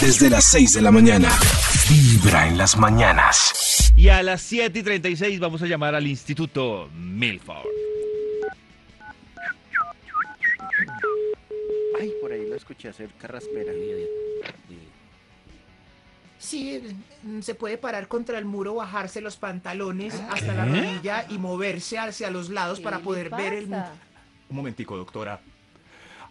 desde las 6 de la mañana. Vibra en las mañanas. Y a las 7 y 36 vamos a llamar al Instituto Milford. Ay, por ahí lo escuché hacer carraspera. Sí, se puede parar contra el muro, bajarse los pantalones hasta la rodilla y moverse hacia los lados para poder ver el muro. Un momentico, doctora.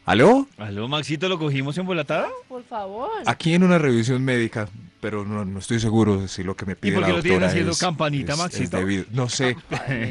¿Aló? ¿Aló, Maxito, lo cogimos embolatado? Por favor. Ah. Aquí en una revisión médica, pero no, no estoy seguro de si lo que me pide por la qué lo tienen doctora haciendo es, campanita, es- es Maxito? debido. No sé,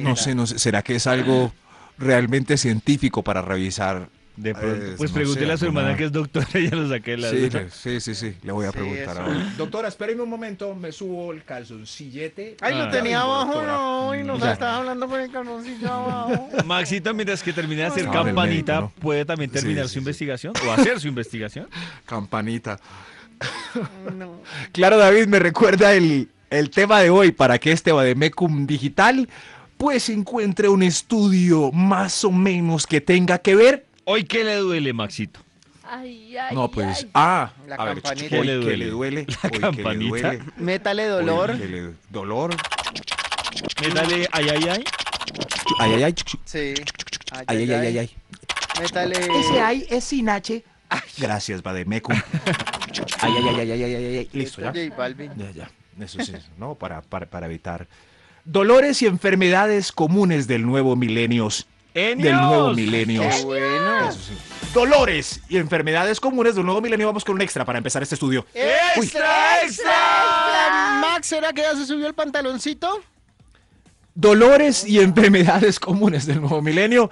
no sé, no sé. ¿Será que es algo realmente científico para revisar? De pronto. Eh, pues no pregúntele sé, a su alguna- hermana que es doctora y ya lo saqué de la Sí, duda. le- sí, sí, sí, le voy a Sí, preguntar eso. ahora. Doctora, espéreme un momento, me subo el calzoncillete. Ay, Ah. lo tenía abajo, no, y nos Ya. estaba hablando por el calzoncillo abajo. Maxito, mientras que termina de hacer pues. No, del campanita, médico, ¿no? ¿puede también Sí, terminar sí, su sí. investigación? ¿O hacer su investigación? Campanita. No. Claro, David, me recuerda el, el tema de hoy para que este Bademecum Digital pues encuentre un estudio más o menos que tenga que ver. ¿Hoy qué le duele, Maxito? Ay, ay, No, pues, ay. ah, La a ver, campanita. ¿Qué hoy le que le duele, hoy que le campanita? duele, Métale dolor. hoy que le- dolor, Métale, eh? ay, ay, ay. ay, ay, ay, Sí. ay, ay, ay, ay, ay. Métale. este Ese ahí es sin H. Gracias, Bademecum. Ay, ay, ay, ay, ay, ay, ay, ay, listo, ya. J Balvin. Ya, ya. Eso sí, ¿no? Para, para, para evitar. Dolores y enfermedades comunes del nuevo milenios. Del ¡Genios! nuevo milenios. Qué bueno. Eso sí. Dolores y enfermedades comunes del nuevo milenio. Vamos con un extra para empezar este estudio. Uy. ¡Extra, extra! Max, ¿será que ya se subió el pantaloncito? Dolores y enfermedades comunes del nuevo milenio.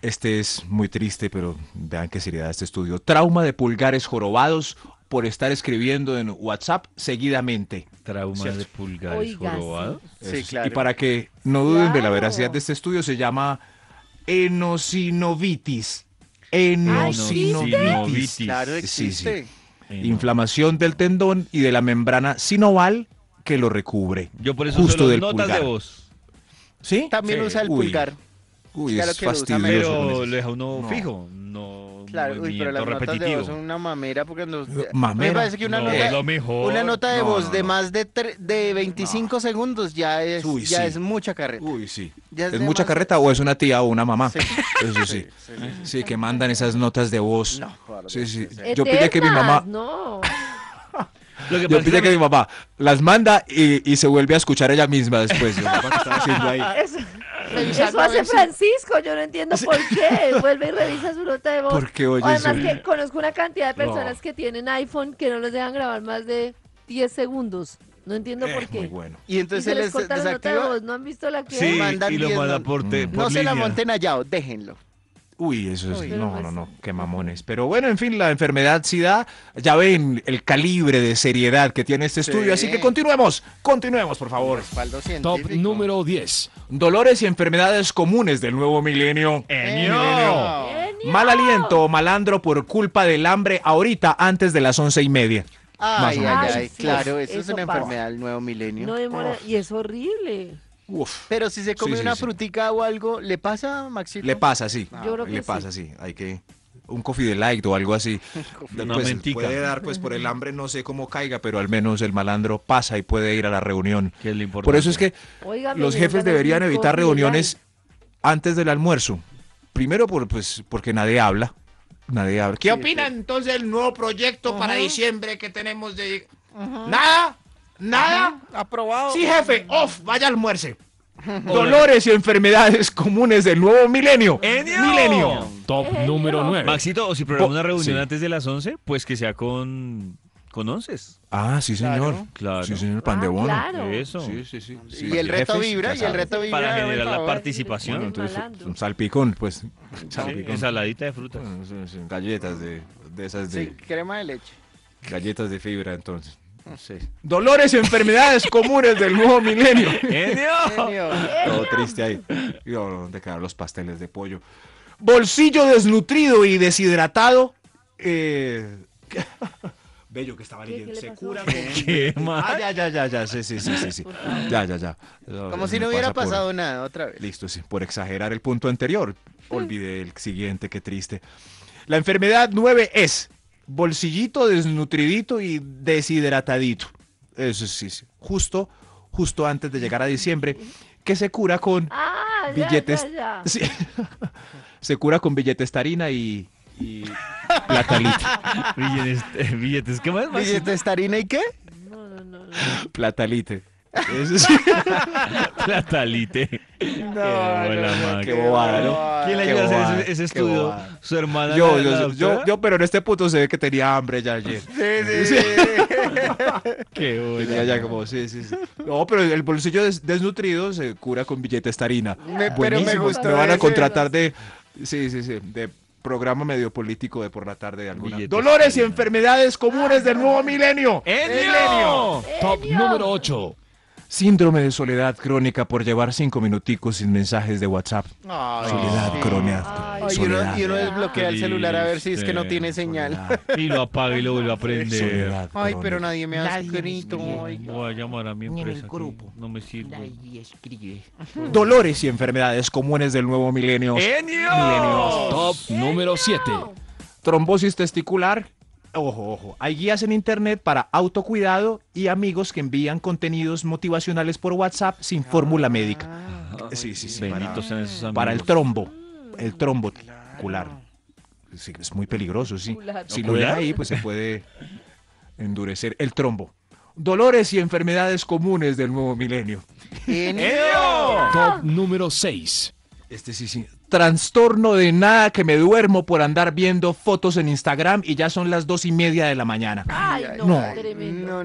Este es muy triste, pero vean qué seriedad este estudio. Trauma de pulgares jorobados por estar escribiendo en WhatsApp seguidamente. Trauma de pulgares Oiga, sí. jorobado. Sí, Eso claro. Y para que no duden de la Claro. veracidad de este estudio, se llama enosinovitis. Enosinovitis. Sí, Claro, sí, existe. Eh, no. Inflamación del tendón y de la membrana sinoval que lo recubre. Yo por eso justo solo del notas pulgar. de voz. ¿Sí? También Sí. usa el Uy. pulgar. Uy, Claro es que lo usa, fastidioso. con Pero esas- lo deja uno No. fijo. No, un Claro, uy, pero movimiento las notas de voz son repetitivo. una mamera porque nos... Me ¿Mamera? parece que una No, nota, es lo mejor. una nota de No, voz no, de no. más de, tre- de 25 segundos ya es, Uy, ya sí. es mucha carreta. Uy, sí. Ya ¿Es, es mucha demasiado. carreta o es una tía o una mamá? Sí. Eso sí. Sí, sí, Sí, que mandan esas notas de voz. No, por sí, Dios, sí. sí, Yo pide que mi mamá, Eternas, No. Lo que yo pasa es pide que mi mamá las manda y, y se vuelve a escuchar ella misma después. Mi mamá que estaba haciendo ahí. Eso, Revisar eso para hace ver si- Francisco. Yo no entiendo por qué. Vuelve y revisa su nota de voz. Porque, oye, O Además, sí. que conozco una cantidad de personas No. que tienen iPhone que no los dejan grabar más de 10 segundos. No entiendo Eh, por qué. muy bueno. Y Y entonces se se les les corta la nota de desactiva. voz. ¿No han visto la que Sí, mandan y lo diez manda no- por, te- por No se la línea. monten allá, déjenlo. Uy, eso es. Uy, no, pero no, pues- no, qué mamones. Pero bueno, en fin, la enfermedad sí da. Ya ven el calibre de seriedad que tiene este Sí. estudio. Así que continuemos, continuemos, por favor. Respaldo Top científico. número 10. Dolores y enfermedades comunes del nuevo milenio. Eh. ¡Genio! ¡Genio! Mal aliento o malandro por culpa del hambre ahorita antes de las once y media. Más Ay, o ay, menos. ay, Ay, sí, claro, eso, es eso una pasa. enfermedad del nuevo milenio. No demora. Y es horrible. Uf. Pero si se come Sí, sí, una sí. frutica o algo, ¿le pasa, Maxito? Le pasa, sí. Yo creo que le sí. pasa, sí. Hay que. Un coffee de light o algo así. Una Pues, mentica. puede dar, pues por el hambre no sé cómo caiga, pero al menos el malandro pasa y puede ir a la reunión. Que es lo importante. Por eso es que Óigame, los jefes vengan a deberían mi evitar coffee reuniones light. antes del almuerzo. Primero, por, pues, porque nadie habla. Nadie habla. ¿Qué ¿Qué opina? opinan entonces del nuevo proyecto para diciembre que tenemos de... Nada, nada. Aprobado. Sí, jefe, off, vaya almuerce. Dolores y enfermedades comunes del nuevo milenio. ¡Genio! Milenio. Top Genio. número 9. Maxito, o si programa Po- una reunión sí. antes de las 11, pues que sea con, con 11. Ah, sí, señor. Claro. Sí, señor, Ah, pan de bono. claro. Eso. sí, sí. Y el reto vibra, y el reto vibra. Para por generar la favor. participación. Bueno, Entonces, Malandro. un salpicón, pues. Sí, ensaladita de frutas. Bueno, sí, sí, Galletas de, de esas de. Sí, crema de leche. Galletas de fibra, entonces. Dolores y enfermedades comunes del nuevo milenio. ¡Genio! Genio. Todo triste ahí. Y ahora, ¿dónde quedaron los pasteles de pollo? Bolsillo desnutrido y deshidratado. eh, Bello que estaba ¿Qué? ¿Qué leyendo. le Se pasó? cura con- ¡Qué Ah, mal! ya, ya, ya, ya. Sí, sí, sí, sí. sí. Ya, ya, ya. Como Eso si me no hubiera pasa por- pasado nada otra vez. Listo, sí. Por exagerar el punto anterior. Olvidé el siguiente, qué triste. La enfermedad 9 es bolsillito desnutridito y deshidratadito. Eso sí, sí. justo, justo antes de llegar a diciembre, que se cura con Ah, ya, billetes. ya, ya. Sí. se cura con billetes tarina y, y platalita. Billetes, eh, billetes, ¿qué más? Maxito? ¿Billetes tarina y qué? No, no, no, no. Platalite. Eso sí. Platalite. No, qué bobada, ¿no? ¿Quién le Qué ayuda a hacer bobada, ese, ese qué estudio? bobada. ¿Su hermana? la- Yo, la yo, yo, doctora? yo, pero en este punto se ve que tenía hambre ya ayer. Qué bueno. Tenía ya como, sí, sí, sí. No, pero el bolsillo des- desnutrido se cura con billetes tarina. Me- pero Buenísimo. me gustó van a ese. contratar de, sí, sí, sí, de programa medio político de por la tarde de alguna. Billetes Dolores y tarina. enfermedades comunes del nuevo milenio. Eh. ¡Enio! Top número 8. Síndrome de soledad crónica por llevar cinco minuticos sin mensajes de WhatsApp. Ay, soledad sí. crónica. Ay, y uno, soledad. y uno desbloquea el celular a ver si es que no Triste. tiene señal. Soledad, Y lo apaga y lo vuelve a prender. soledad Ay, pero crónica. nadie me ha Nadie me escrito. escribe. ay. Voy a llamar a mi Ni en empresa. el que grupo. No me sirve. Nadie escribe. Dolores y enfermedades comunes del nuevo Eh, milenio. Top número 7. Trombosis testicular. Ojo, ojo. Hay guías en internet para autocuidado y amigos que envían contenidos motivacionales por WhatsApp sin fórmula médica. Sí, sí, sí. Para, Benditos sean esos amigos. para el trombo. El trombo cular. Sí, es muy peligroso, sí. Cular. Si lo ven ahí, pues se puede endurecer. El trombo. Dolores y enfermedades comunes del nuevo milenio. Top número 6. Este sí, sí. Trastorno de nada que me duermo por andar viendo fotos en Instagram y ya son las dos y media de la mañana. Ay, no, No. tremendo.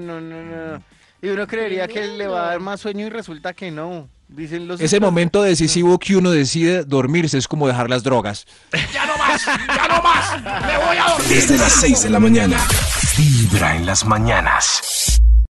No, no, no, no. no. Y uno creería que le va a dar más sueño y resulta que no. Dicen los Ese momento decisivo que uno decide dormirse es como dejar las drogas. ¡Ya no más! ¡Ya no más! ¡Me voy a dormir! Desde las 6 de la mañana. Vibra en las mañanas.